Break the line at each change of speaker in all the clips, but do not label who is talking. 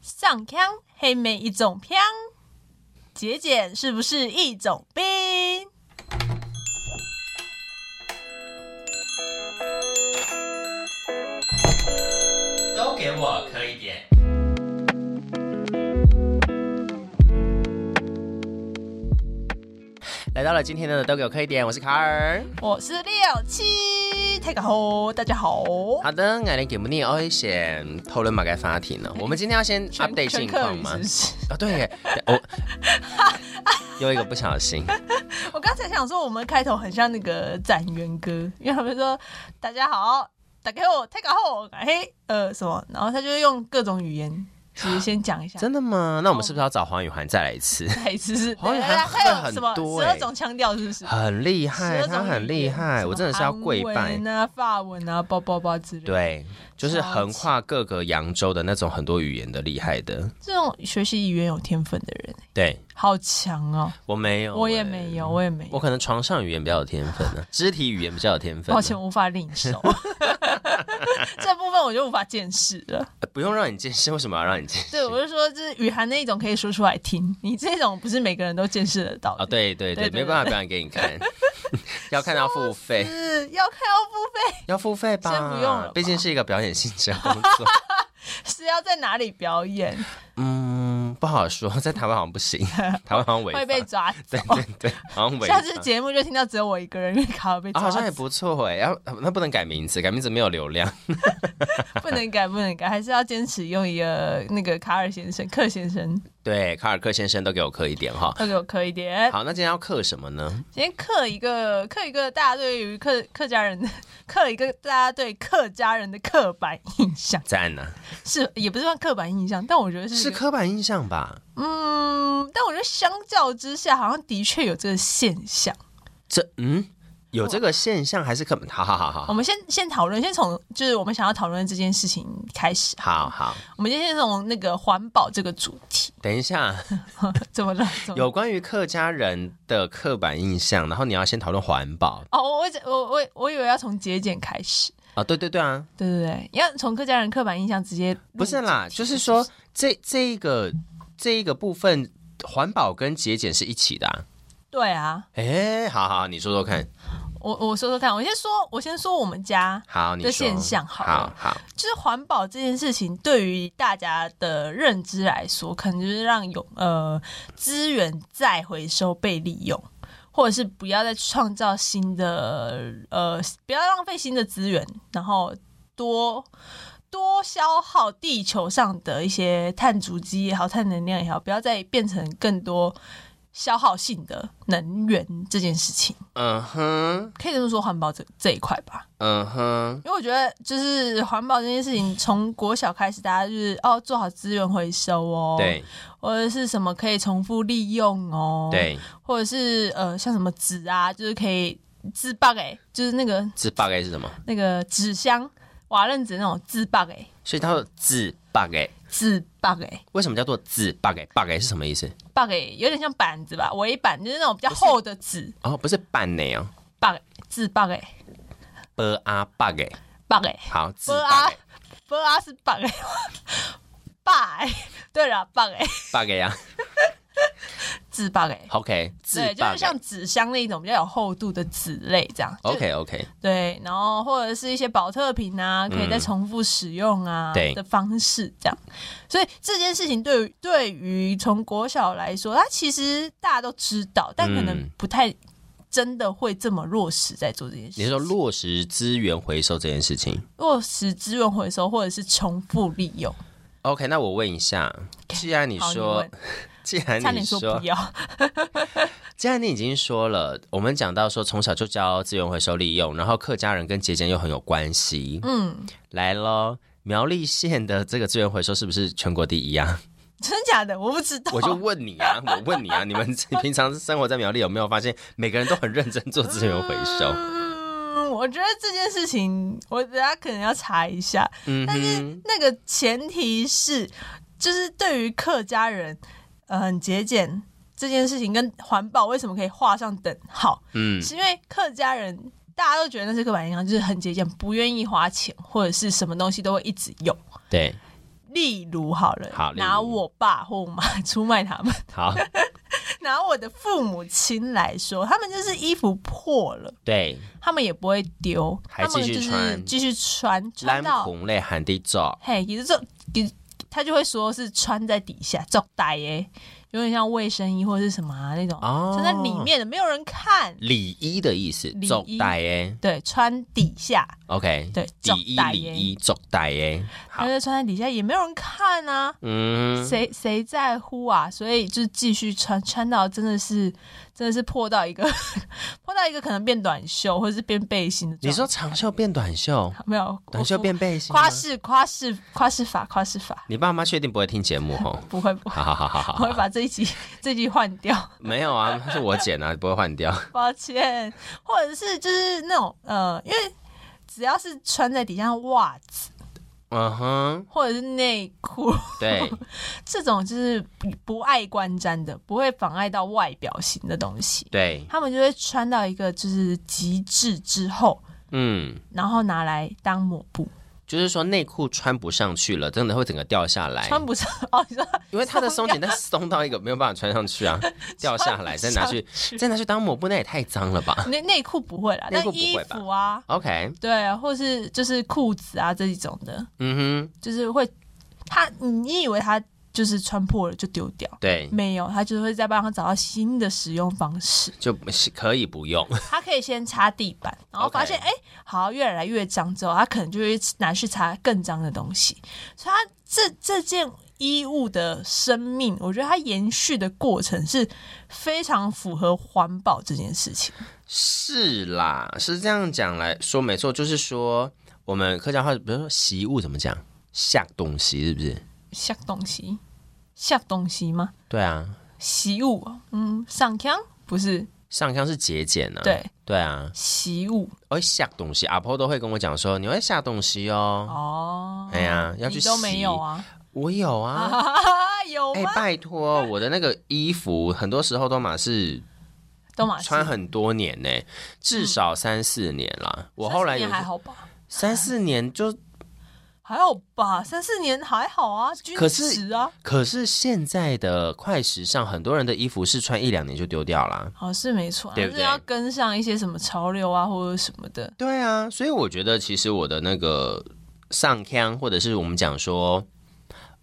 上腔，嘿妹一种腔，节俭是不是一种病？
都给我磕一点。来到了今天的都给我磕一点，我是卡尔。
我是六七，大家好，大家好。
好的，我们节目呢，我会先讨论马该话题呢。我们今天要先 update
全
近
客
况
语
吗
是不？是？
啊，对耶，我又一个不小心。
我刚才想说，我们开头很像那个展元歌，因为他们说大家好，打给我，太搞后，嘿，呃，什么，然后他就用各种语言，其实先讲一下，
真的吗？那我们是不是要找黄雨涵再来一次？
再一次是，
好像
对
还
他有
很
什么
多
十二
欸
种腔调，是不是？
很厉
12
害，
种
他很
语
厉
言
害，
什
我
么
真的是要跪拜
韩。文啊，法文啊，包包包之类的。，
对，就是
超
横
级
跨各个扬州的那种很多语言的厉害的。
这种学习语言有天分的人，
对
好强哦！
我没有、
我也
欸
没有，我也没
我
有，
可能床上语言比较有天分 呢、肢体语言比较有天分、啊
抱歉，，无法领受。这部分我就无法见识了。
呃不用让你见识，为什么要让你见识？
对，我就说，就是雨涵那一种可以说出来听，你这种不是每个人都见识得到的。
啊，对对
对
对，
对
没办法表演给你看， 要看要 付费，
是要看要付费，
要付费吧？
先不用了吧
毕竟是一个表演性质的工 作。
是要在哪里表演
嗯，不好说，在台湾好像不 行，台湾好像违法
会被抓走。
对对 对，好像违
下
法。
次节目就听到只有我一个人，因为卡尔被
啊、
抓
好像也
走，
不错哎，要那不能改名字，改名字没有流量。
不能改，不能改，还是要坚持用一个那个卡尔先生、克先生，
对，卡尔克先生都给我刻一点哈。
要给我刻一点。
好，那今天要刻什么呢？
今天刻一个，刻一个大家对于客客家人的， 刻一个大家对客家人的刻板印象，
赞呢、
是也不是算刻板印象，但我觉得是
是刻板印象吧？
嗯，但我觉得相较之下，好像的确有这个现象。
这嗯，有这个现象还是刻板？好好好
我
好
们先先讨论，先从就是我们想要讨论这件事情开始。
好好，
我们今天先从那个环保这个主题，
等一下，
怎么了？怎么了
有关于客家人的刻板印象，然后你要先讨论环保
哦，我我我我我以为要从节俭开始，
啊？对对对啊，
对对对，要从客家人刻板印象直接
不是啦，就是说这这一个这一个部分，环保跟节俭是一起的、啊。
对啊，
哎，好好，你说说看。
我我说说看，我先说，我先说我们家
好，你
的
说
现象好
好
了
好，
就是环保这件事情，对于大家的认知来说，可能就是让有呃资源再回收被利用，或者是不要再创造新的呃，不要浪费新的资源，然后多多消耗地球上的一些碳足迹也好、碳能量也好，不要再变成更多消耗性的能源这件事情，
嗯哼，
可以这么说环保这这一块吧。
嗯哼，
因为我觉得就是环保这件事情，从国小开始，大家就是哦做好资源回收哦，，
对
或者是什么可以重复利用哦，，
对，
或者是呃像什么纸啊，就是可以自爆哎、就是那个
自 bug 是什么？
那个纸箱、瓦楞纸那种自爆哎、
所以它说自 bug 哎，
自爆哎、欸。
为什么叫做自 bug 哎？bug 哎是什么意思？
bug 欸有点像板子吧，围板就是那种比较厚的纸
哦，不是板呢哦，
，bug 字 bug 哎
b a bug 哎，
bug 哎
好，自
b
bug
a
哎
b a 是 bug 哎 bug 哎，对了 bug 哎
bug 哎呀
字 bug 哎，
，OK，自
对，就是
bug
像纸箱那种比较有厚度的纸类这样。就
OK OK，
对，然后或者是一些保特瓶啊，可以再重复使用啊、
嗯对
的方式这样。所以这件事情对于对于从国小来说，它其实大家都知道，但可能
嗯
不太真的会这么落实在做这件事。
你是说落实资源回收这件事情
落实资源回收或者是重复利用？
？OK，那我问一下，既然你
好你
说
问，
既然
差
你
点说不要，
既然你已经说了，我们讲到说从小就教资源回收利用，然后客家人跟节俭又很有关系。
嗯，
来咯，苗栗县的这个资源回收是不是全国第一啊？
真假的我不知道。
我就问你啊，我问你啊，你们 平常生活在苗栗有没有发现每个人都很认真做资源回收？
嗯， 我觉得这件事情，我等下可能要查一下。
嗯
但是
哼，
那个前提是，就是对于客家人，呃，很节俭这件事情跟环保为什么可以画上等号，
嗯，
是因为客家人大家都觉得那是刻板印象，就是很节俭，不愿意花钱或者是什么东西都会一直用。
对，
例如好了，
好例如
拿我爸或我妈出卖他们，
好，
拿我的父母亲来说，他们就是衣服破了，
对，
他们也不会丢，
还
他们就
继续
是
穿
继续穿，穿
蓝
到
红类喊的照，
嘿，也就是给他就会说是穿在底下罩带耶，有点像卫生衣或是什么、啊、那种，
哦
穿在里面的没有人看。
里衣的意思，
里衣
走带诶
对，穿底下，
，OK，
对
底
走
衣
带
里
耶
衣走带诶，好
他，就穿在底下也没有人看啊，
嗯，
谁谁在乎啊？所以就继续穿，穿到真的是真的是破到一个 破到一个可能变短袖或者是变背心的状态。
你说长袖变短袖，
没有？
短袖变背心吗，
夸饰夸饰夸饰法夸饰法，
你爸妈确定不会听节目 哦？
不会不会，
好好好好好
我会
好，
把这一集这一集换掉，
没有啊，是我剪啊，不会换掉。
抱歉。或者是就是那种呃，因为只要是穿在底下的袜子
嗯哼，
或者是内裤。
对，
这种就是不不爱观瞻的，不会妨碍到外表型的东西，
对，
他们就会穿到一个就是极致之后，
嗯，
然后拿来当抹布，
就是说内裤穿不上去了，真的会整个掉下来，
穿不上哦。你说
因为它的松紧带松到一个没有办法穿上 去啊，掉下来再拿去再拿去当抹布，那也太脏了吧
内内裤不会啦，
内
但
裤不
衣
会吧
服啊，
？OK，
对啊，或是就是裤子啊这一种的，
嗯
就是会他你以为他就是穿破了就丢掉，
哼，对，
没有，他就会再帮他找到新的使用方 式。
就不是可以不用，
他可以先擦地板，然后
OK
发现哎好越来越脏之后，他可能就会拿去擦更脏的东西。所以他这这件衣物的生命，我觉得它延续的过程是非常符合环保这件事情。
是啦，是这样讲来说没错，就是说我们客家话，比如说习物怎么讲，下东西是不是？
像东西，像东西吗？
对啊，
习物，嗯，上腔不是
上香是节俭啊，
对
对啊，
习物
我会下东西，阿婆都会跟我讲说你会下东西哦，
哦。
哎呀，要去
你
洗，
都没有啊？
我有啊。
啊， 有
哎、
吗？
拜托，我的那个衣服很多时候都嘛是
都马
穿很多年呢、至少三四年
嗯
啦。我后来有
还好吧？
三四年就，
还好吧，三四年还好啊，均
可是
值啊，
可是现在的快时尚，很多人的衣服是穿一两年就丢掉啦。
好是没错啊，
对不对
就是要跟上一些什么潮流啊，或者什么的。
对啊，所以我觉得其实我的那个上腔，或者是我们讲说，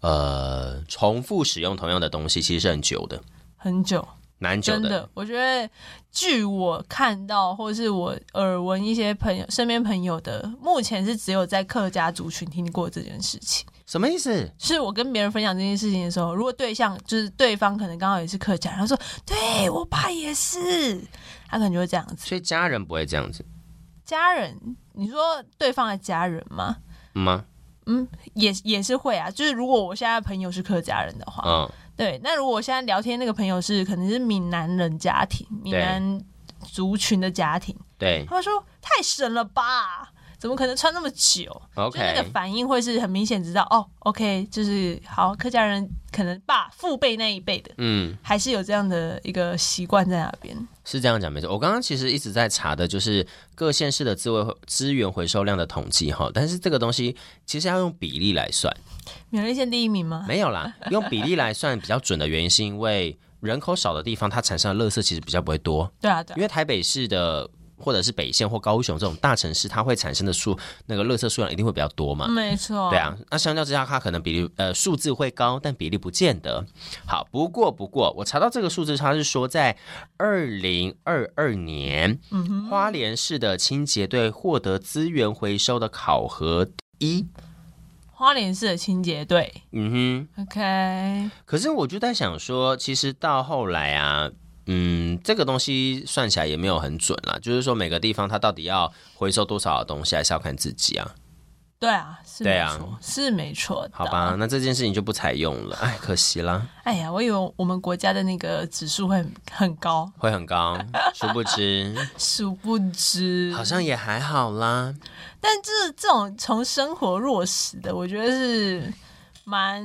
呃，重复使用同样的东西，其实是很久的，
很久，
蛮久
真的，我觉得据我看到，或是我耳闻一些朋友身边朋友的，目前是只有在客家族群听过这件事情。
什么意思？
是我跟别人分享这件事情的时候，如果对象就是对方可能刚好也是客家，然后说对我爸也是，他可能就会这样子。
所以家人不会这样子
家人，你说对方的家人吗？
吗？
嗯，也也是会啊。就是如果我现在的朋友是客家人的话，
嗯，
对，那如果我现在聊天那个朋友是可能是闽南人家庭，闽南族群的家庭，
对
他会说太神了吧，怎么可能穿那么久？
，OK，
就是那个反应会是很明显知道哦，OK，就是好客家人可能爸父辈那一辈的
嗯。
还是有这样的一个习惯在那边。
是这样讲没错。我刚刚其实一直在查的就是各县市的资位资源回收量的统计哈，但是这个东西其实要用比例来算，
苗栗县第一名吗？
没有啦，用比例来算比较准的原因是因为人口少的地方它产生的垃圾其实比较不会多，
对啊，对啊
因为台北市的。或者是北县或高雄这种大城市，它会产生的数那个垃圾数量一定会比较多嘛？
没错，
对，啊，那相较之下，它可能比例呃数字会高，但比例不见得好。不过不过，我查到这个数字，它是说在二零二二年，花莲市的清洁队获得资源回收的考核一。
花莲市的清洁队
嗯
，OK，
哼，可是我就在想说，其实到后来啊。嗯，这个东西算起来也没有很准啦，就是说每个地方它到底要回收多少的东西，还是要看自己啊。
对啊，是
对
没
啊
错，是没错的。
好吧，那这件事情就不采用了，哎，可惜啦。
哎呀，我以为我们国家的那个指数会很 很高，
会很 高，殊不知
殊不知，
好像也还好啦。
但这这种从生活落实的，我觉得是蛮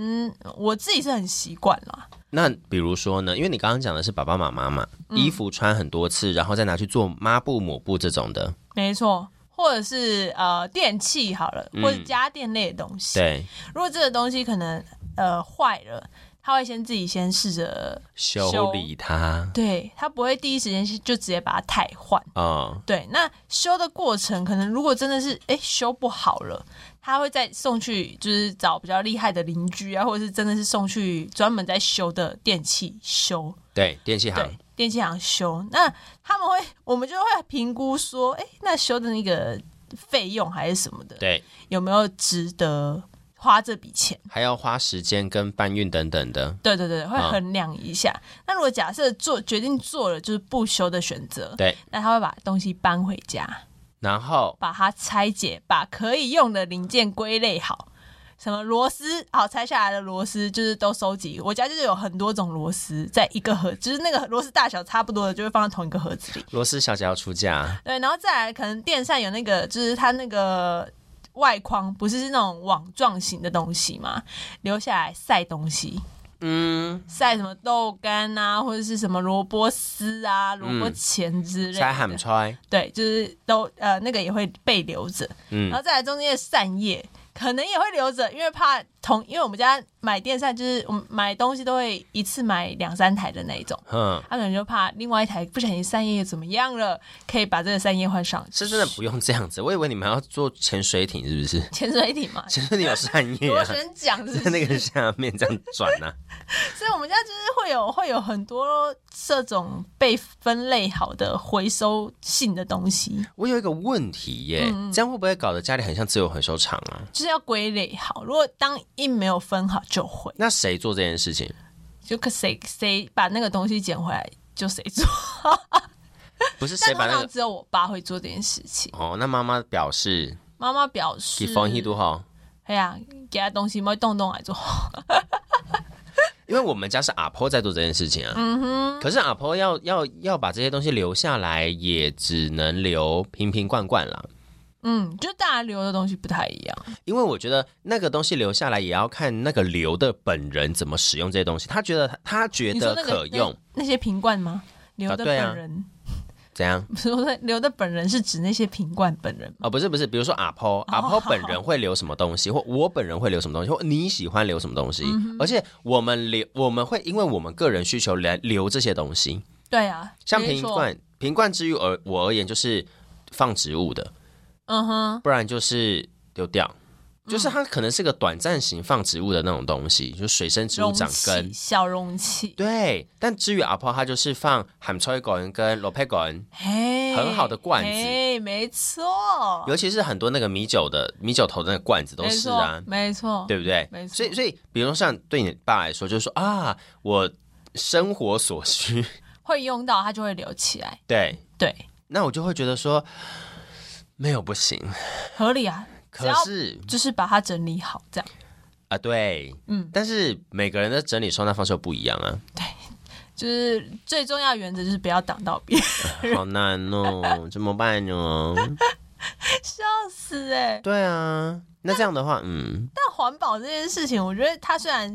我自己是很习惯啦。
那比如说呢，因为你刚刚讲的是爸爸
嗯
妈妈嘛，衣服穿很多次，然后再拿去做抹布、抹布这种的，
没错，或者是呃电器好了，或者家电类的东西。
嗯对，
如果这个东西可能呃坏了，他会先自己先试着，
修
修
理它，
对他不会第一时间就直接把它汰换。
嗯，
对，那修的过程可能如果真的是哎修不好了，他会再送去就是找比较厉害的邻居啊，或者是真的是送去专门在修的电器修，
对，电器
对
行，，
电器行修。那他们会，我们就会评估说，哎，那修的那个费用还是什么的，
对，
有没有值得花这笔钱？
还要花时间跟搬运等等的，
对对对，会
嗯
衡量一下。那如果假设做决定做了就是不修的选择，
对，
那他会把东西搬回家。
然后
把它拆解，把可以用的零件归类好。什么螺丝好拆下来的螺丝就是都收集，我家就是有很多种螺丝，在一个盒，就是那个螺丝大小差不多的，就会放在同一个盒子里。
罗斯小姐要出嫁，
对，然后再来可能电扇有那个，就是它那个外框不是是那种网状型的东西嘛，留下来晒东西，
嗯，
晒什么豆干啊，或者是什么萝卜丝啊、萝卜钱之类的。
塞喊揣，
对，就是都呃那个也会被留着。然
嗯，
后再来中间的扇叶，可能也会留着，因为怕同，因为我们家买电扇就是我们买东西都会一次买两三台的那一种，
嗯，
他可能就怕另外一台不小心扇叶怎么样了，可以把这个扇叶换上去。
是真的不用这样子，我以为你们要做潜水艇是不是？
潜水艇嘛，
潜水艇有扇叶
螺
啊，
旋桨是
在
不
那
是？
个下面这样转啊，
所以我们家就是会有会有很多这种被分类好的回收性的东西，
我有一个问题耶，
嗯
这样会不会搞得家里很像自由回收场啊？
就是要归类好。如果当一没有分好，就会
那谁做这件事情？
就可谁谁把那个东西捡回来就谁做。
不是谁
但
把
通
那
常
个？
只有我爸会做这件事情。
哦，那妈妈表示
妈妈表
给
示，
防疫都好，
哎呀，给他东西，猫动动来做。
因为我们家是阿婆在做这件事情啊。
嗯
可是阿婆要要要把这些东西留下来，也只能留瓶瓶罐罐啦。
嗯，就大家留的东西不太一样。
因为我觉得那个东西留下来，也要看那个留的本人怎么使用这些东西。他觉得他觉
你说
得
那
可
个
用，
那那些瓶罐吗？留的
对啊
本人，
怎样？
不是我说留的本人是指那些瓶罐本人。
哦，不是不是，比如说阿婆，阿婆本
哦
人会留什么东西，或我本人会留什么东西，或你喜欢留什么东西，
嗯
而且我们留我们会因为我们个人需求来留这些东西，
对啊，
像
比如
瓶
说，
罐，瓶罐之于而我而言就是放植物的，
嗯哼，
不然就是丢掉，
嗯
就是它可能是个短暂型放植物的那种东西，就水生植物
容
长
器
根。
小容器，
对，但至于阿婆，它就是放海菜管跟罗佩管，
嘿，
很好的罐子
嘿，没错，
尤其是很多那个米酒的米酒头的那个罐子都
没
是
错
啊，
没错，
对不对？
哦没错
所以，所以，比如说像对你爸来说，就是说啊，我生活所需，
会用到它就会留起来，
对，
对，
那我就会觉得说没有不行。
合理啊，只
可
要
是
就是把它整理好，这样
啊，对，嗯
嗯，
但是每个人的整理收纳方式又不一样 啊，
就是最重要原则就是不要挡到 别人。
好难哦，怎么办呢？
笑死哎、
对啊，那这样的话，嗯，
但环保这件事情，我觉得它虽然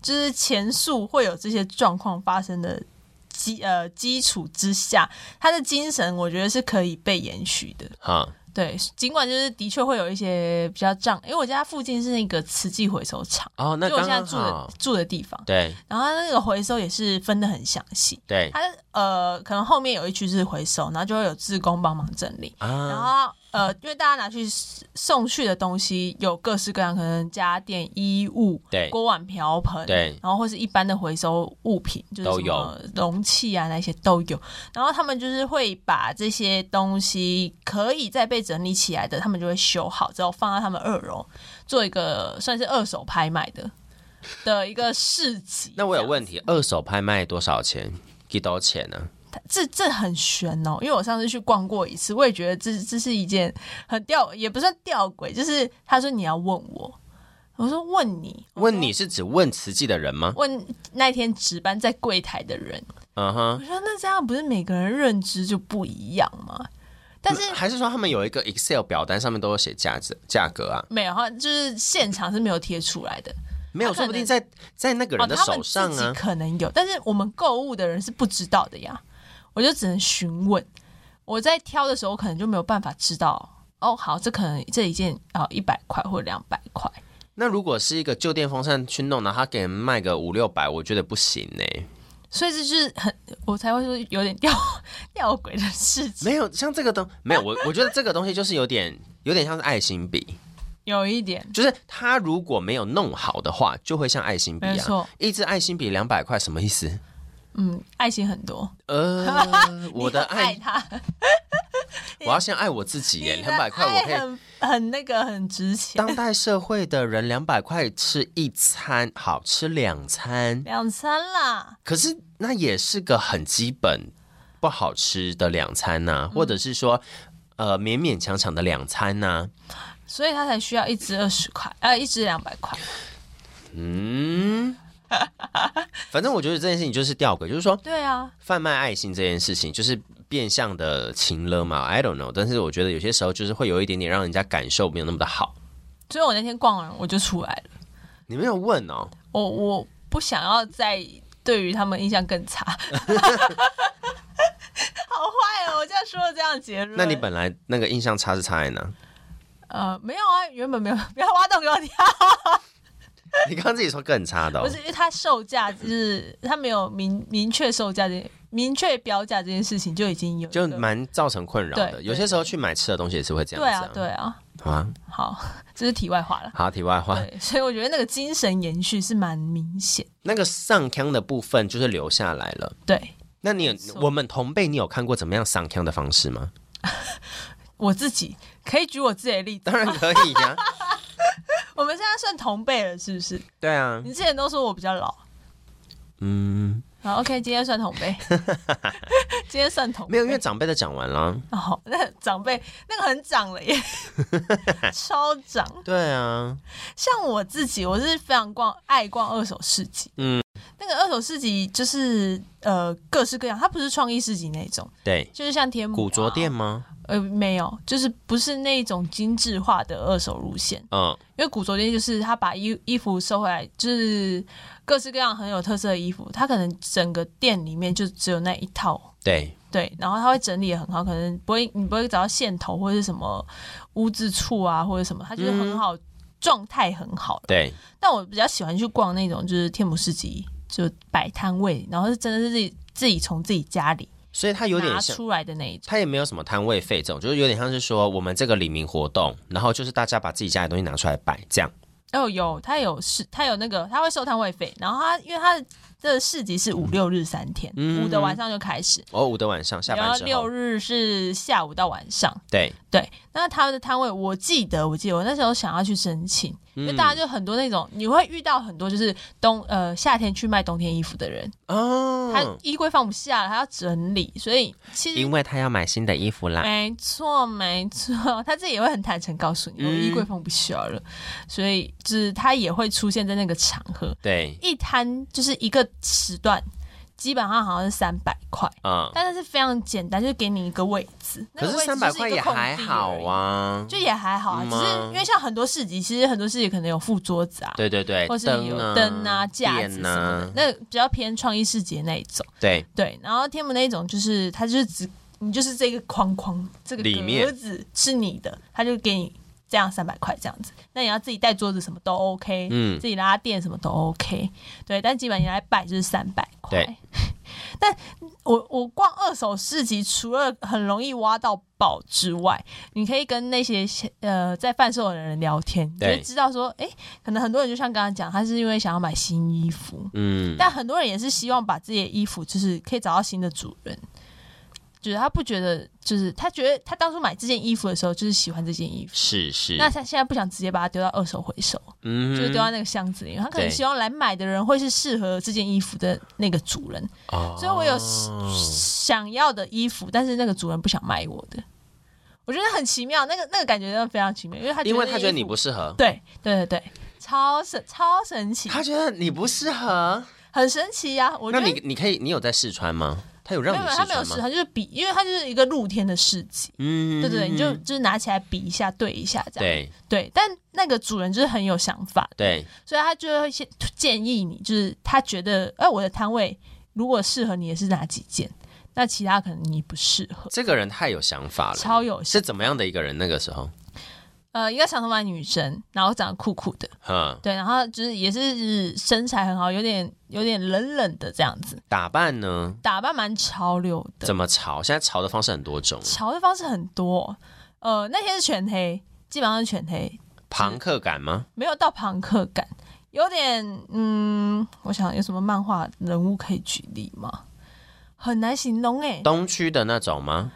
就是前述会有这些状况发生的基呃基础之下，它的精神我觉得是可以被延续的。
好，
对，尽管就是的确会有一些比较障，因为我家附近是那个瓷器回收厂，
哦，那
就我
刚
现在
刚
住的
好，
住的地方，
对
然后它那个回收也是分的很详细。
对
它呃，可能后面有一区是回收，然后就会有志工帮忙整理。然
啊，
后呃，因为大家拿去送去的东西有各式各样，可能家电、衣物、
对
锅碗瓢盆，
对
然后或是一般的回收物品，就是
都
什么容器啊那些都有。然后他们就是会把这些东西可以再被整理起来的，他们就会修好之后放到他们二楼做一个算是二手拍卖的的一个市集。
那我有
这样
问题，二手拍卖多少钱？几多钱啊呢、
这这很悬哦，因为我上次去逛过一次，我也觉得这这是一件很吊，也不算吊诡，就是他说你要问我，我说问你，
问你是指问慈济的人吗？
问那天值班在柜台的人，
嗯哼
我。说那这样不是每个人认知就不一样吗？但是
还是说他们有一个 Excel 表单，上面都有写价值价格啊？
没有，他就是现场是没有贴出来的，
没有，
他可
说
能
不定在在那个
哦，
人的
他们
手
自
上
己
啊。
可能有，但是我们购物的人是不知道的呀，我就只能询问。我在挑的时候，可能就没有办法知道哦，好，这可能这一件哦一百块或两百块，
那如果是一个旧电风扇去弄，然后他给人卖个五六百，我觉得不行呢、
所以这就是很我才会说有点吊 吊诡的事情，
没有像这个东，没 有我，我觉得这个东西就是有点有点像是爱心笔，
有一点
就是他如果没有弄好的话，就会像爱心笔一
没
样。
错，
一支爱心笔两百块，什么意思？
嗯，爱心很多，
呃， 我的
你很爱
爱，
他，
我要先爱我自己耶。
你的
两百块我可
爱
以，
很很那个很值钱，
当代社会的人两百块吃一餐，好吃两餐，
两餐啦，
可是那也是个很基本不好吃的两餐呐、
嗯
或者是说。呃，勉勉强强的两餐呐、
所以他才需要一支二十块，呃，一支两百块，
嗯，反正我觉得这件事情就是吊诡，就是说
对啊，
贩卖爱心这件事情，就是变相的情了嘛，I don't know。但是我觉得有些时候就是会有一点点让人家感受没有那么的好。
所以我那天逛完我就出来了，
你没有问哦，
我我不想要再对于他们印象更差， 好坏哦，我这样说了这样的结论，
那你本来那个印象差是差在哪？
呃没有啊，原本没有，不要挖洞给我跳。
你刚刚自己说更差的、哦
不，是，因为它售价就是它没有明明确售价这明确标价这件事情就已经有一
就
个
蛮造成困扰的。
对
有些时候去买吃的东西也是会这
对啊
样子、啊。
对啊，
好啊，
好，这是题外话了。
好，啊题外话，
对，所以我觉得那个精神延续是蛮明显。
那个上腔的部分就是留下来了。
对
那你有
没错
我们同辈，你有看过怎么样上腔的方 式吗？
我自己可以举我自己的例子，
当然可以呀、
我们现在算同辈了，是不是？
对啊，
你之前都说我比较老，
嗯，
好，OK，今天算同 辈，今天算同辈
没有，因为长辈的讲完了。
哦，那长辈那个很长 了耶，超长。
对啊，
像我自己，我是非常逛爱逛二手市集，
嗯，
那个二手市集就是呃各式各样，它不是创意市集那种，
对，
就是像天母、啊、
古着店，吗？
呃没有，就是不是那种精致化的二手路线，
嗯，
因为古着店就是他把衣衣服收回来，就是各式各样很有特色的衣服，他可能整个店里面就只有那一套。
对，
对，然后他会整理的很好，可能不会，你不会找到线头或者是什么污渍处啊，或者什么，它就是很好，状态很好，
对，
但我比较喜欢去逛那种就是天母市集，就摆摊位，然后是真的是自己自己从自己家里
所以它有点
拿
像，
出来的那一种。
它也没有什么摊位费这种，就是有点像是说我们这个黎明活动，然后就是大家把自己家里的东西拿出来摆，这样。
哦，有他有是，他有那个他会收摊位费，然后他因为他的这个市集是五六日三天，
嗯
五的晚上就开始，
哦，五的晚上下
然后
班之
六
后，
日是下午到晚上。
对，
对，那他的摊位我记得，我记得我那时候想要去申请，因为大
嗯
家就很多那种，你会遇到很多就是冬呃夏天去卖冬天衣服的人，他
哦，
衣柜放不下了，他要整理，所以其实
因为他啊要买新的衣服啦。
没错，没错，他自己也会很坦诚告诉你，
嗯
我衣柜放不下了，所以就是他也会出现在那个场合。
对，
一摊就是一个时段，基本上好像是三百块，
嗯，
但是是非常简单，就是给你一个位置。那
可
个
是
位置
三百块
就是
也
一个空地
还好
而
啊
已，。就也还好啊，
嗯
只是因为像很多市集，其实很多市集可能有附桌子啊，
对对对，
或是有
啊、
灯啊、架子什
电
么的
啊，，
那比较偏创意市集的那一种。
对，
对，然后天母那一种就是它就是只你就是这个框框这个
里面
格子是你的，他就给你这样三百块这样子。那你要自己带桌子什么都 OK，
嗯
自己拉垫什么都 OK，对。但基本上你来摆就是三百块
对。
但我我逛二手市集，除了很容易挖到宝之外，你可以跟那些呃在贩售的人聊天，你就
对
会知道说，诶，可能很多人就像刚刚讲，他是因为想要买新衣服，
嗯，
但很多人也是希望把自己的衣服，就是可以找到新的主人。就是他不觉得，就是他觉得他当初买这件衣服的时候，就是喜欢这件衣服。
是是，
那他现在不想直接把它丢到二手回收，
嗯
就是丢啊到那个箱子里。他可能
对
希望来买的人会是适合这件衣服的那个主人。
哦
所以我有想要的衣服，但是那个主人不想卖我的。我觉得很奇妙，那个那个感觉真的非常奇妙，因为他
因为他觉得
那
你
衣服
不适合，
对对对对，超神超神奇，
他觉得你不适合。
很神奇呀、我觉
那
得
你你可以，你有在试穿吗？他有让
没
你
有，没有他
试
没有
穿
试，
吗？
他就是比，因为他就是一个露天的市集，
嗯，
对对对，你就就是拿起来比一下，对一下这样。
对
对，但那个主人就是很有想法，
对
所以他就会先建议你，就是他觉得，哎、我的摊位如果适合你的是哪几件，那其他可能你不适合。
这个人太有想法了，
超有
是怎么样的一个人？那个时候，
呃，一个长头发女生，然后长得酷酷的，
哼，
对，然后就是也是身材很好，有点有点冷冷的这样子，
打扮呢？
打扮蛮潮流的
怎。么潮？现在潮的方式很多种，
潮的方式很多，呃，那天是全黑，基本上是全黑，
朋克感吗？
没有到朋克感，有点嗯，我想有什么漫画人物可以举例吗？很难形容哎、
东区的那种吗？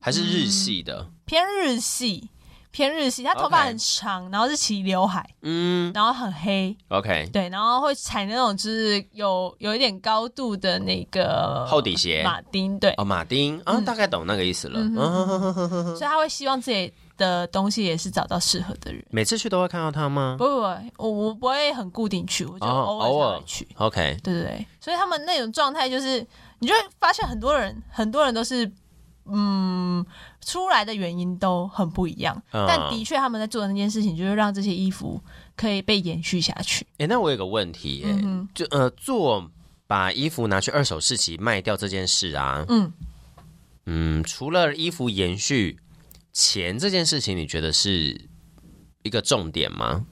还是日系的？
偏日系，偏日系，他头发
OK
很长，然后是齐刘海，
嗯
然后很黑，
，OK，
对，然后会踩那种就是有有一点高度的那个
厚底鞋
马丁，对，
哦，马丁啊，大概懂那个意思了。
嗯
嗯哼哼哼哼哼
所以他会希望自己的东西也是找到适合的人。
每次去都会看到他吗
不不不，我我不会很固定去，我就
哦
偶
偶
尔才
尔
会去。
？OK，
对对对，所以他们那种状态就是，你就会发现很多人，很多人都是，嗯，出来的原因都很不一样，
嗯
但的确他们在做的那件事情，就是让这些衣服可以被延续下去。
哎，那我有个问题，哎，就呃，做把衣服拿去二手市集卖掉这件事啊，
嗯
嗯，除了衣服延续钱这件事情，你觉得是一个重点吗？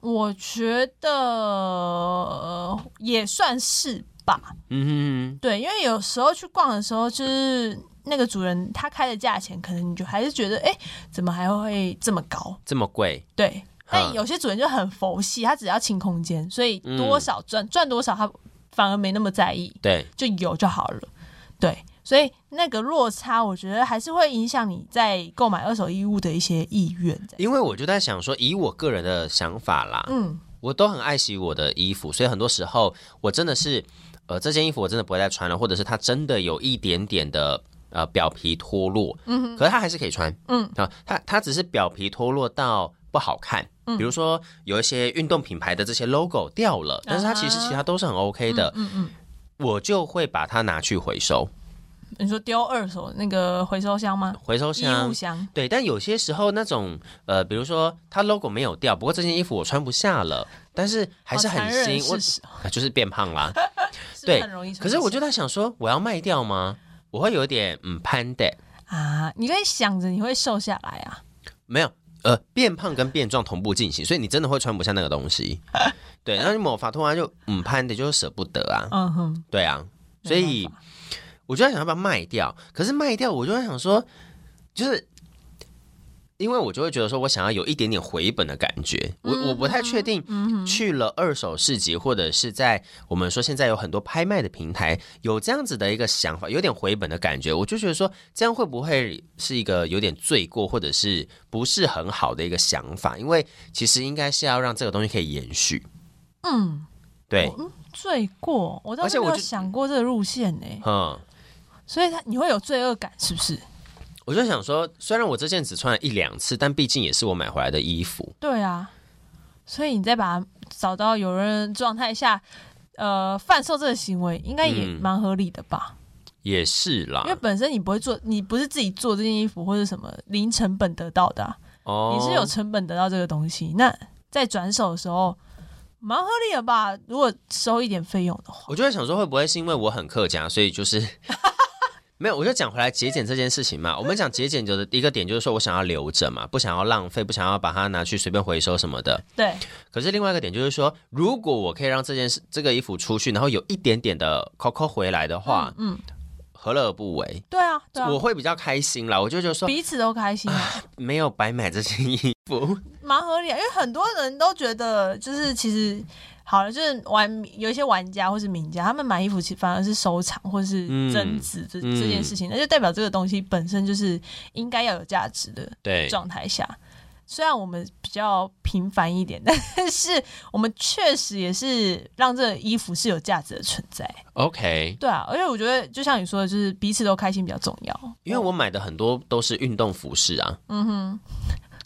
我觉得、呃也算是吧，
嗯
对，因为有时候去逛的时候，就是那个主人他开的价钱，可能你就还是觉得，哎、怎么还会这么高
哼，？这么贵，
对，但
嗯
有些主人就很佛系，他只要清空间，所以多少
嗯
赚赚、多少，他反而没那么在意，
对，
就有就好了。对，所以那个落差，我觉得还是会影响你在购买二手衣物的一些意愿在。
因为我就在想说，以我个人的想法啦，
嗯，
我都很爱惜我的衣服，所以很多时候我真的是，呃，这件衣服我真的不会再穿了，或者是它真的有一点点的呃表皮脱落，嗯，可是它还是可以穿，
嗯
啊，它它只是表皮脱落到不好看。
嗯
比如说有一些运动品牌的这些 logo 掉了，但是它其实其他都是很 OK 的，
啊嗯嗯，
我就会把它拿去回收，
你说丢二手那个回收箱吗？
回收
衣
箱
物。箱。
对，但有些时候那种呃，比如说它 logo 没有掉，不过这件衣服我穿不下了，但是还是
好哦残
很
忍的
新，我
事实
啊就是变胖啦。
是不是
对
很容易出现。
可是我就在想说，我要卖掉吗？我会有点嗯攀的，
啊，你可以想着你会瘦下来啊，
没有。呃，变胖跟变壮同步进行，所以你真的会穿不下那个东西。对，然后你某发突然就嗯攀的，就是舍不得啊。
嗯哼，
对啊，
没
所以
办法
我就在想要不要卖掉，可是卖掉我就在想说，就是因为我就会觉得说我想要有一点点回本的感觉，我
嗯
我不太确定去了二手市集或者是在我们说现在有很多拍卖的平台有这样子的一个想法，有点回本的感觉，我就觉得说这样会不会是一个有点罪过或者是不是很好的一个想法？因为其实应该是要让这个东西可以延续，
嗯，
对，
罪过，我倒
而且
是没
我
有
就
想过这个路线呢、
嗯。
所以他你会有罪恶感，是不是？
我就想说，虽然我这件只穿了一两次，但毕竟也是我买回来的衣服。
对啊，所以你再把它找到有人的状态下，呃，贩售这个行为应该也
嗯啊
蛮合理的吧？
也是啦
因为，本身你不会做，你不是自己做这件衣服或者什么零成本得到的啊、
哦
你是有成本得到这个东西，那在转手的时候蛮合理的吧？如果收一点费用的话，
我就会想说，会不会是因为我很客家，所以就是 没有？我就讲回来节俭这件事情嘛。我们讲节俭的一个点就是说我想要留着嘛，不想要浪费，不想要把它拿去随便回收什么的。
对，
可是另外一个点就是说，如果我可以让这件事、这个衣服出去，然后有一点点的 COCO 回来的话，
嗯，
何乐而不为？
对啊，对啊
啊我，会比较开心啦。我就觉得说，
彼此都开心啊。
没有白买这件衣服。
蛮合理的，因为很多人都觉得，就是其实好了，就是玩有一些玩家或是名家，他们买衣服其实反而是收藏或是增值这、
嗯
这件事情，那就代表这个东西本身就是应该要有价值的
对，
状态下。虽然我们比较平凡一点，但是我们确实也是让这个衣服是有价值的存在。
OK，
对啊，而且我觉得就像你说的，就是彼此都开心比较重要。
因为我买的很多都是运动服饰啊，嗯哼，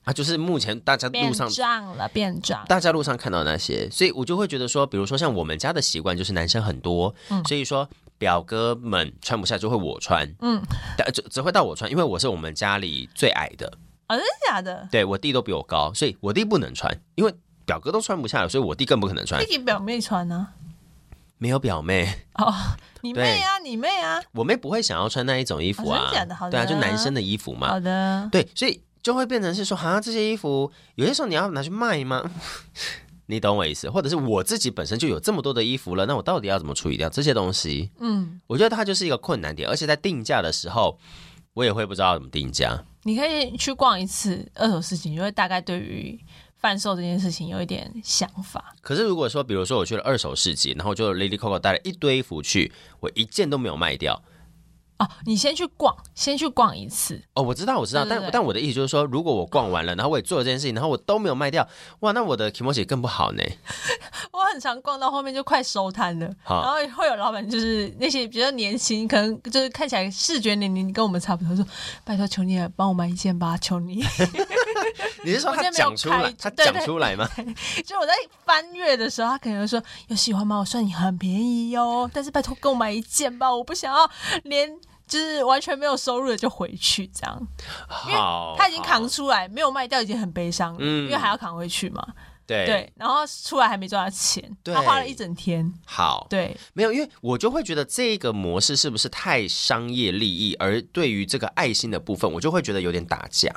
啊，就是目前大家
变
路上
壮了，变壮。
大家路上看到的那些，所以我就会觉得说，比如说像我们家的习惯就是男生很多，
嗯
所以说表哥们穿不下就会我穿，嗯
嗯，
但只只会到我穿，因为我是我们家里最矮的，
啊、真的假的？
对我弟都比我高，所以我弟不能穿，因为表哥都穿不下了，所以我弟更不可能穿
啊自。己表妹穿呢、
没有表妹，
哦你
对
妹啊，你妹啊，
我妹不会想要穿那一种衣服
哦
啊
真的假的好，的
对啊，就男生的衣服嘛
好，的，
对，所以就会变成是说，好像这些衣服有些时候你要拿去卖吗？ 你懂我意思，或者是我自己本身就有这么多的衣服了，那我到底要怎么处理掉这些东西？
嗯，
我觉得它就是一个困难点，而且在定价的时候，我也会不知道怎么定价。
你可以去逛一次二手市集，你就会大概对于贩售这件事情有一点想法。
可是如果说，比如说我去了二手市集，然后就 Lady Coco 带了一堆衣服去，我一件都没有卖掉。
哦，你先去逛，先去逛一次，
哦，我知道，我知道，
对对
但
对
但我的意思就是说，如果我逛完了，然后我也做了这件事情，然后我都没有卖掉，哇，那我的 k i m o j i 更不好呢。
我很常逛到后面就快收摊了，然
好，
后会有老板就是那些比较年轻，可能就是看起来视觉年龄跟我们差不多，说拜托求你了，帮我买一件吧，求你。
你是说
我
他
今天没有
讲出来
开，
他
对
讲
对
出来吗？
就我在翻阅的时候，他可能会说有喜欢吗？我算你很便宜哟，但是拜托购买一件吧，我不想要连就是完全没有收入的就回去这样。
好，
他已经
哦好
扛出来，没有卖掉已经很悲伤了，
嗯
因为还要扛回去嘛。
对
对，然后出来还没赚到钱，
对
他花了一整天。
好，
对，
没有，因为我就会觉得这个模式是不是太商业利益，而对于这个爱心的部分，我就会觉得有点打架。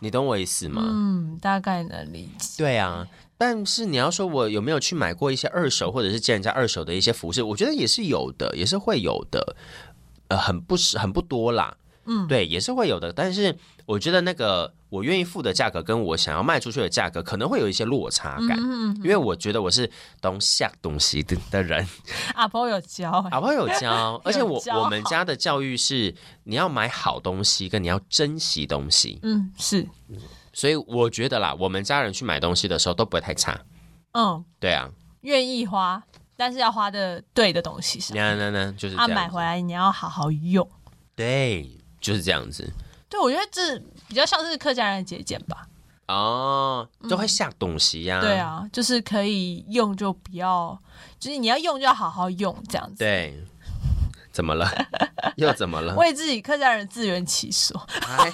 你懂我意思吗？
嗯，大概能理解。
对啊，但是你要说我有没有去买过一些二手，或者是借人家二手的一些服饰，我觉得也是有的，也是会有的，呃，很不是很不多啦。嗯，对，也是会有的，但是我觉得那个我愿意付的价格跟我想要卖出去的价格可能会有一些落差感，因为我觉得我是懂下东西的的 人，
阿婆有教、欸，
阿婆有教，而且我
教
我们家的教育是你要买好东西，跟你要珍惜东西，
嗯，是，
所以我觉得啦，我们家人去买东西的时候都不会太差，
嗯，
对啊，
愿意花，但是要花的对的东西上。
那那那就是这
啊，
样子，
买回来你要好好用。
对，就是这样子
对，我觉得这比较像是客家人的节俭吧。
哦，就会下东西呀、
嗯对，啊，就是可以用就不要，就是你要用就要好好用这样子。
对，怎么了？又怎么了？
为自己客家人自圆其说，
还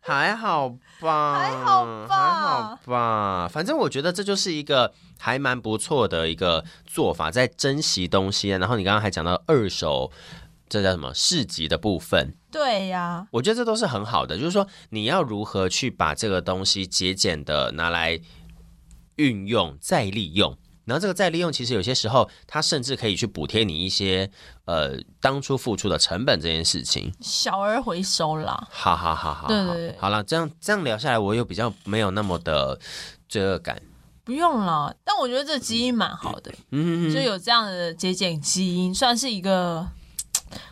还好吧，
还好吧
还好吧。反正我觉得这就是一个还蛮不错的一个做法，在珍惜东西。啊然后你刚刚还讲到二手。这叫什么市集的部分？
对呀、
我觉得这都是很好的，就是说你要如何去把这个东西节俭的拿来运用、再利用。然后这个再利用，其实有些时候它甚至可以去补贴你一些呃当初付出的成本这件事情。
小而回收啦。
好好好好，
对
好
对对
好了，这样这样聊下来，我又比较没有那么的罪恶感。
不用了，但我觉得这基因蛮好的，
嗯，
就有这样的节俭基因，算是一个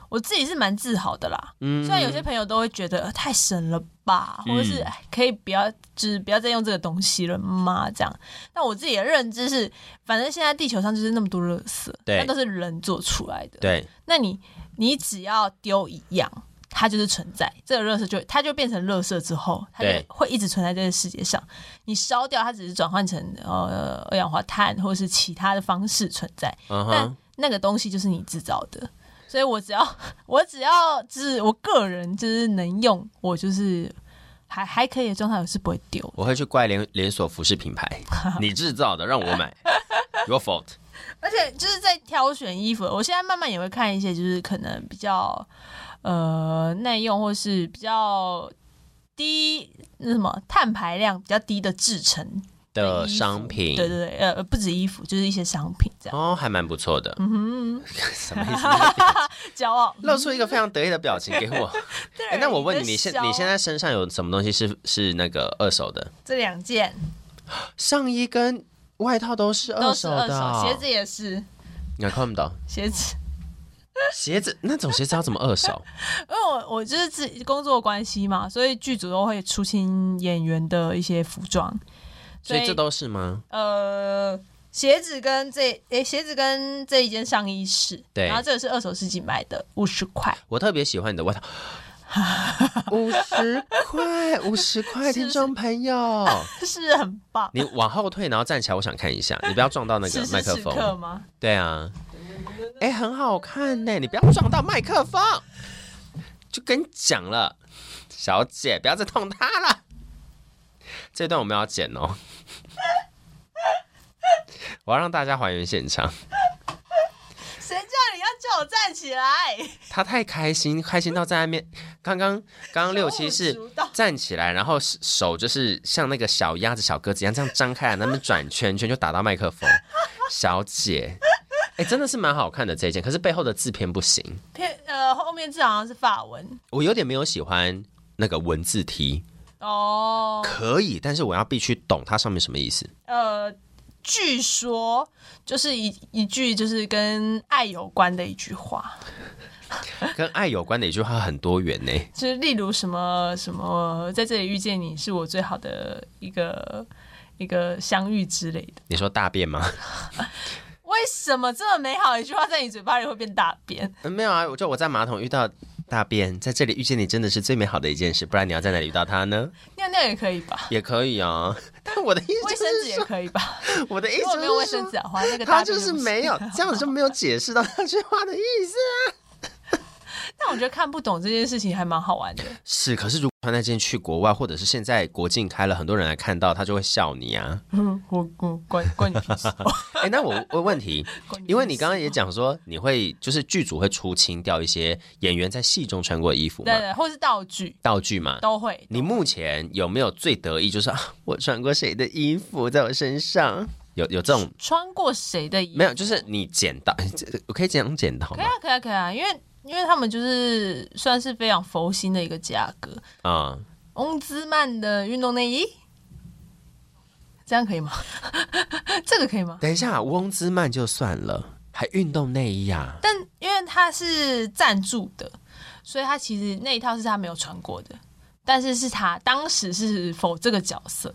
我自己是蛮自豪的啦。
嗯
虽然有些朋友都会觉得、呃太神了吧，
嗯
或者是哎可以不要，就是不要再用这个东西了吗？这样，但我自己的认知是，反正现在地球上就是那么多垃圾，
对
那都是人做出来的。
对
那你你只要丢一样，它就是存在，这个垃圾就它就变成垃圾之后，它就
对
会一直存在这个世界上。你烧掉，它只是转换成呃二氧化碳或者是其他的方式存在，
嗯
但
哼，
那个东西就是你制造的。所以我只要 我只要就是我个人就是能用，我就是还还可以的状态，我是不会丢的。
我会去怪连连锁服饰品 牌，你制造的，让我买，your fault。
而且就是在挑选衣服，我现在慢慢也会看一些，就是可能比较呃耐用或是比较低那什么碳排量比较低的制成
的
衣服
呃商品，
对对对，呃，不止衣服，就是一些商品这样。
哦，还蛮不错的。
嗯哼，
什么意思？
骄傲。
露出一个非常得意的表情给我。
对
哎，那我问你，
的
你现
小
你现在身上有什么东西是是那个二手的？
这两件
上衣跟外套都是
都
二
是
手
二
的哦，
手，鞋子也是
你看不到。
鞋子，
鞋子那种鞋子要怎么二手？
因为我我就是自己工作关系嘛，所以剧组都会出清演员的一些服装，
所以这都是吗？
呃，鞋子跟这诶、鞋子跟这一件上衣是，
对
然后这个是二手市集买的，五十块，
我特别喜欢你 的外套，五十块，五十块，
是不是
听众朋友，
是不是很棒？
你往后退，然后站起来，我想看一下，你不要撞到那
此
个
时
麦克
此
风。
刻吗？
对啊，哎，很好看呢，你不要撞到麦克风，就跟你讲了，小姐，不要再动它了。这段我们要剪哦。 我要让大家还原现场。
谁叫你要叫我站起来？
他太开心，开心到在外面。刚刚刚刚六七是
手舞足蹈
站起来，然后手手就是像那个小鸭子、小鸽子一样这样张开来，那么转圈圈就打到麦克风。小姐，哎、真的是蛮好看的这一件，可是背后的字片不行，
偏呃后面字好像是法文
我有点没有喜欢那个文字题。
哦。
可以，但是我要必须懂它上面什么意 思。
呃，据说就是一一句就是跟爱有关的一句话，
跟爱有关的一句话很多元呢、
就是例如什么什么，在这里遇见你是我最好的一个一个相遇之类的。
你说大便吗？
为什么这么美好的一句话在你嘴巴里会变大便？
嗯 没有啊，我就我在马桶遇到大便，在这里遇见你真的是最美好的一件事，不然你要在哪里遇到它呢？
尿尿也可以吧，
也可以啊， 但我的意
卫
思
生纸
就是
也
说，
可以吧。
我的意
如果
思
没有
就
卫
是
生
说
纸，的话，那个大便
他
就
就是
不行
没有这样子就没有解释到那句话的意思啊。
但我觉得看不懂这件事情还蛮好玩的。
是，可是如果穿那件去国外，或者是现在国境开了，很多人来看到，他就会笑你啊。
嗯，我我关关你屁事。
哎、那我我问题，
关你屁
因为你刚刚
事
也讲说，你会就是剧组会出清掉一些演员在戏中穿过的衣服 嘛
对，对，或是道具
道具嘛。
都会。
你目前有没有最得意，就是、啊、我穿过谁的衣服在我身上？有有这种
穿过谁的衣服？
没有？就是你捡到，这我可以讲捡到
可以
吗？
啊，可以啊，可以啊，因为因为他们就是算是非常佛心的一个价格。
啊、
翁兹曼的运动内衣，这样可以吗？ 这个可以吗？
等一下，翁之曼就算了，还运动内衣啊？
但因为它是赞助的，所以他其实那一套是他没有穿过的，但是是他当时是否这个角色。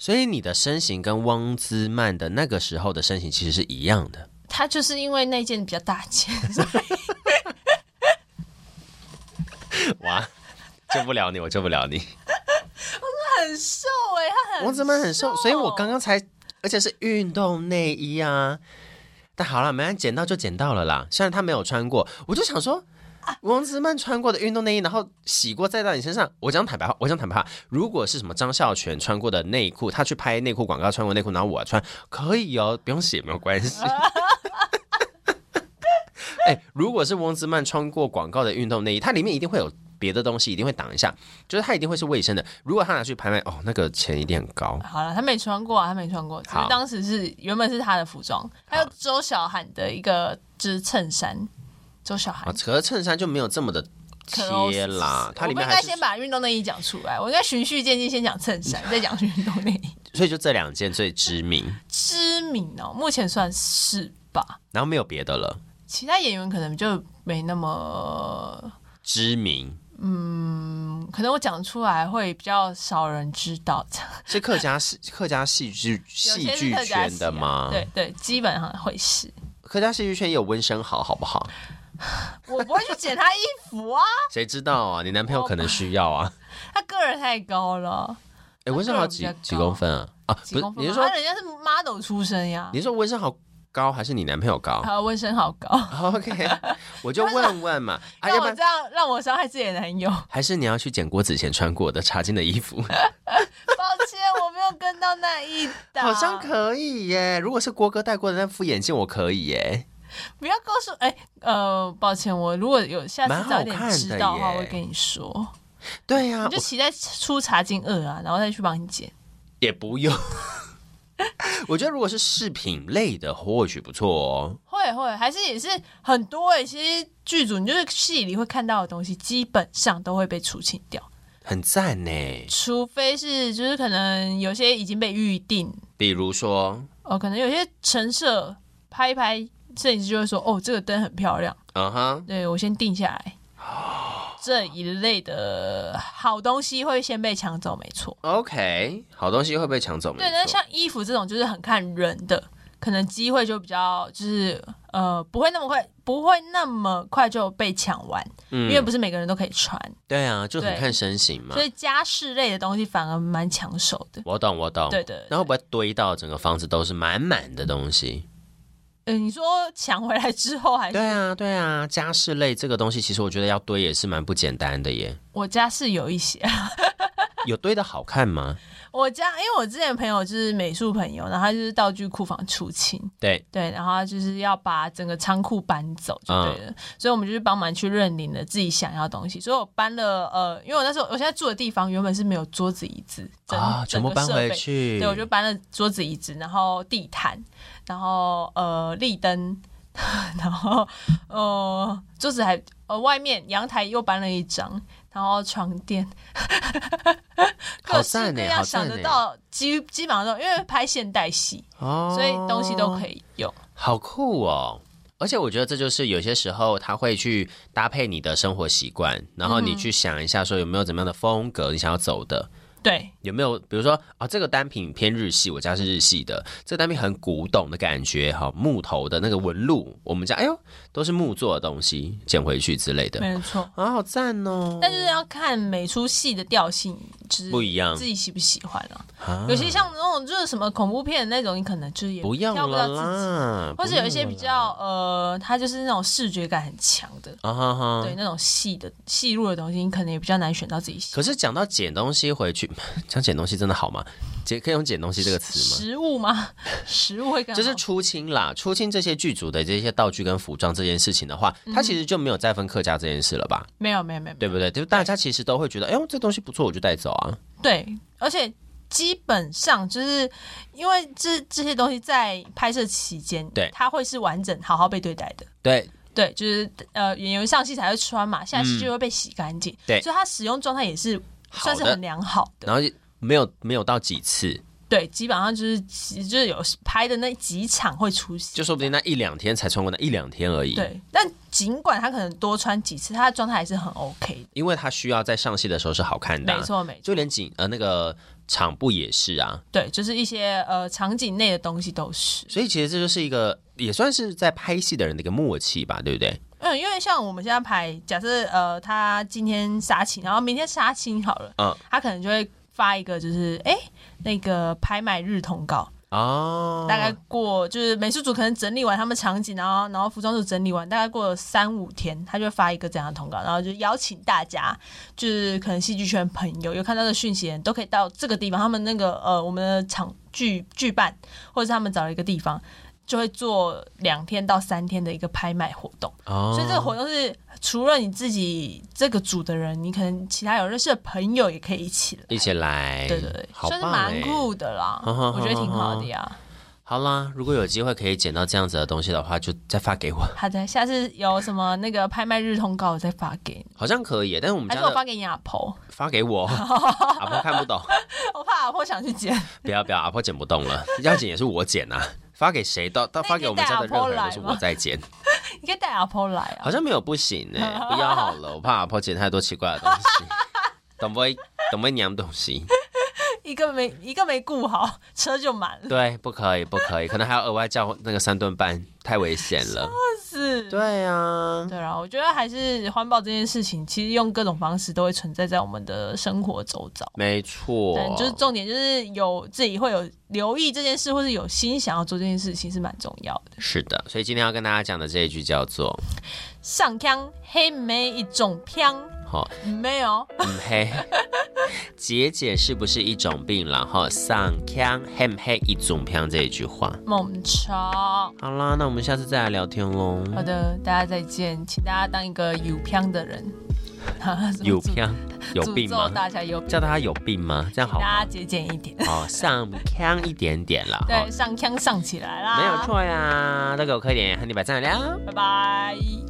所以你的身形跟翁之曼的那个时候的身形其实是一样的。
他就是因为那件比较大件，所以
哇， 救不了你，我救不了你。
很瘦哎、他很
翁之曼很瘦，所以我刚刚才，而且是运动内衣啊。但好了，没人捡到就捡到了啦。虽然他没有穿过，我就想说，翁之曼穿过的运动内衣，然后洗过再到你身上。我讲坦白话，我讲坦白话，如果是什么张孝全穿过的内裤，他去拍内裤广告穿过内裤，然后我穿，可以哦，不用洗没有关系。 哎、如果是翁之曼穿过广告的运动内衣，它里面一定会有别的东西，一定会挡一下，就是它一定会是卫生的。如果他拿去拍卖，哦，那个钱一定很高。
好了，他没穿过啊，他没穿过，只是
好
当时是原本是他的服装，还有周小涵的一个就是衬衫，周小
啊，
涵。
可是衬衫就没有这么的贴啦，它里
我不应该
面还是
先把运动内衣讲出来，我应该循序渐进，先讲衬衫，再讲运动内 衣。
所以就这两件最知名，
知名哦，目前算是吧，
然后没有别的了。
其他演员可能就没那么，
知名
嗯可能我讲出来会比较少人知道这 样。
是客 家戏客家戏剧戏
有些是
剧
特假
圈
戏
的
啊
吗？，
对对，基本上会是。
客家戏剧圈也有温升豪，好不好？
我不会去剪他衣服啊，
谁知道啊？你男朋友可能需要啊。
他个人太高了。
哎，温升豪几
个人比较
几
高
公分啊？啊，不
几
是
公，分
你
吗
是说
他人家是 model 出身呀
你，是说温升豪高还是你男朋友 高哦
还有温身好高，
？OK，我就问问嘛。 啊，要
让
不
我
然
这样让我伤害自己的男友，
还是你要去捡郭子贤穿过的茶巾的衣服？
抱歉，我没有跟到那一档，
好像可以耶。如果是郭哥戴过的那副眼镜，我可以耶。
不要告诉哎、呃，抱歉，我如果有下
蛮
次
好
早点知道的话，
看的耶
我会跟你说，
对呀、
你就
我
期待出茶金二啊，然后再去帮你剪。
也不用。 我觉得如果是饰品类的，或许不错哦。
会会，还是也是很多哎、其实剧组你就是戏里会看到的东西，基本上都会被除清掉，
很赞呢，
除非是就是可能有些已经被预定
比如说，
哦，可能有些陈设拍一拍，摄影师就会说：“哦，这个灯很漂亮，
嗯哼，
对我先定下 来。”这一类的好东西会先被抢走，没错。
OK，好东西会被抢走，没
对，但是
错。
像衣服这种就是很看人的，可能机会就比较就是呃不会那么快，不会那么快就被抢完，因为
嗯，
不是每个人都可以穿，
对啊，就很
对
看身形嘛
所。以家饰类的东西反而蛮抢手的。
我懂，我懂。
对对对
那会不会堆到整个房子都是满满的东西？
嗯、你说抢回来之后还是
对啊，对啊，家饰类这个东西，其实我觉得要堆也是蛮不简单的耶。
我家是有一些，
有堆的好看吗？
我家因为我之前朋友就是美术朋友，然后他就是道具库房出清，
对，
对，然后他就是要把整个仓库搬走就对
嗯
了，所以我们就是帮忙去认领了自己想要的东西。所以我搬了呃，因为我那时候我现在住的地方原本是没有桌子椅子，整
啊，全部搬回。
整个设备
去。
对，我就搬了桌子椅子，然后地毯，然后呃立灯， 然后呃桌子还呃外面阳台又搬了一张，然后床垫，
好
各式
赞
各
呢，
样
好
想
赞欸
得
呢，
到，基基本上都有因为拍现代戏，
哦
所以东西都可
以，
以用。
好酷哦。而且我觉得这就是有些时候他会去搭配你的生活习惯，
嗯
然后你去想一下说有没有怎么样的风格你想要走的，
对，
有没有比如说啊、这个单品偏日系，我家是日系的，这个单品很古董的感觉，哈，木头的那个纹路，我们家哎呦都是木做的东西捡回去之类的，
没错。
啊，好赞哦，
但就是要看每出戏的调性，就是
不一样
自己喜不喜欢了、
啊
有些像那种就是什么恐怖片那种，你可能就是也
不要
挑不
了
到自己。
啦，
或
不
是有一
要
些
了
比
啦
较呃，它就是那种视觉感很强的，
啊哈哈，
对那种细的细入的东西，你可能也比较难选到自己喜欢。
可是讲到捡东西回去， 讲捡东西真的好吗？捡可以用捡东西这个词吗？
食物吗？ 食物会更好
就是出清啦，出清这些剧组的这些道具跟服装这件事情的话，
嗯
它其实就没有再分客家这件事了吧？
没有没有没有没
对
有
不对？就大家其实都会觉得，哎呦，这东西不错，我就带走啊。
对，而且基本上就是因为这这些东西在拍摄期间，
对
它会是完整好好被对待的。
对，
对，就是呃，演员上戏才会穿嘛，下戏就会被洗干净、
嗯对
所以它使用状态也是
好
算是很
的。
良好的。
然后没有没有到几次，
对，基本上就是就是有拍的那几场会出现，
就说不定那一两天才穿过那一两天而已。，
对。但尽管他可能多穿几次，他的状态还是很 OK 的。
因为它需要在上戏的时候是好看的啊、
没错，没错，
就连景呃那个场布也是啊。
对，就是一些呃场景内的东西都是。
所以其实这就是一个也算是在拍戏的人的一个默契吧，对不对？
嗯，因为像我们现在排，假设呃，他今天杀青，然后明天杀青好了，
嗯
他可能就会发一个就是哎、诶那个拍卖日通告，
哦，
大概过就是美术组可能整理完他们场景，然后然后服装组整理完，大概过了三五天，他就会发一个这样的通告，然后就邀请大家，就是可能戏剧圈朋友有看到的讯息的人都可以到这个地方，他们那个呃我们的场剧剧办，或者是他们找了一个地方，就会做两天到三天的一个拍卖活动。
哦，
所以这个活动是除了你自己这个组的人，你可能其他有认识的朋友也可以一起来。
一起来，
对对对，
好
算
棒
是蛮
欸
酷的啦，
好好好
我觉得挺好的呀。
好啦，如果有机会可以捡到这样子的东西的话，就再发给我，
好的，下次有什么那个拍卖日通告，我再发给你，
好像可以耶，但是我们
还
家
是我
的
发给你阿婆？
发给我，阿婆看不懂，
我怕阿婆想去捡，
不要不要，阿婆捡不动了，要捡也是我捡啊，发给谁到到
那你
发给我们家的任何人都是
带阿婆来吗
我在捡，
你可以带阿婆来啊
好。像没有不行哎，不要好了，我怕阿婆捡太多奇怪的东西，懂不会懂不会娘东西，
一个没一个没顾好，车就满了，
对，不可以不可以，可能还要额外叫那个三顿半，太危险了，
是。
对啊，
对啦，我觉得还是环保这件事情，其实用各种方式都会存在在我们的生活周遭。
没错，
但就是重点就是有自己会有留意这件事，或是有心想要做这件事情是蛮重要的。
是的，所以今天要跟大家讲的这一句叫做
上腔黑没一种腔，
“好、
没有
嗯 嘿”，节俭是不是一种病啦？然后上腔嘿嘿一种腔这一句话。
猛超。
好啦，那我们下次再来聊天喽。
好的，大家再见，请大家当一个有腔的人。
有腔有
诅
病
咒
吗？
大家有病，
叫他有病吗？这样好
大家
吗？
节俭一点，
哦，上腔一点点啦。 哦
对，
哈，
上腔上起来啦。
没有，错呀。都给我喝一点，和你百赞聊。
拜拜。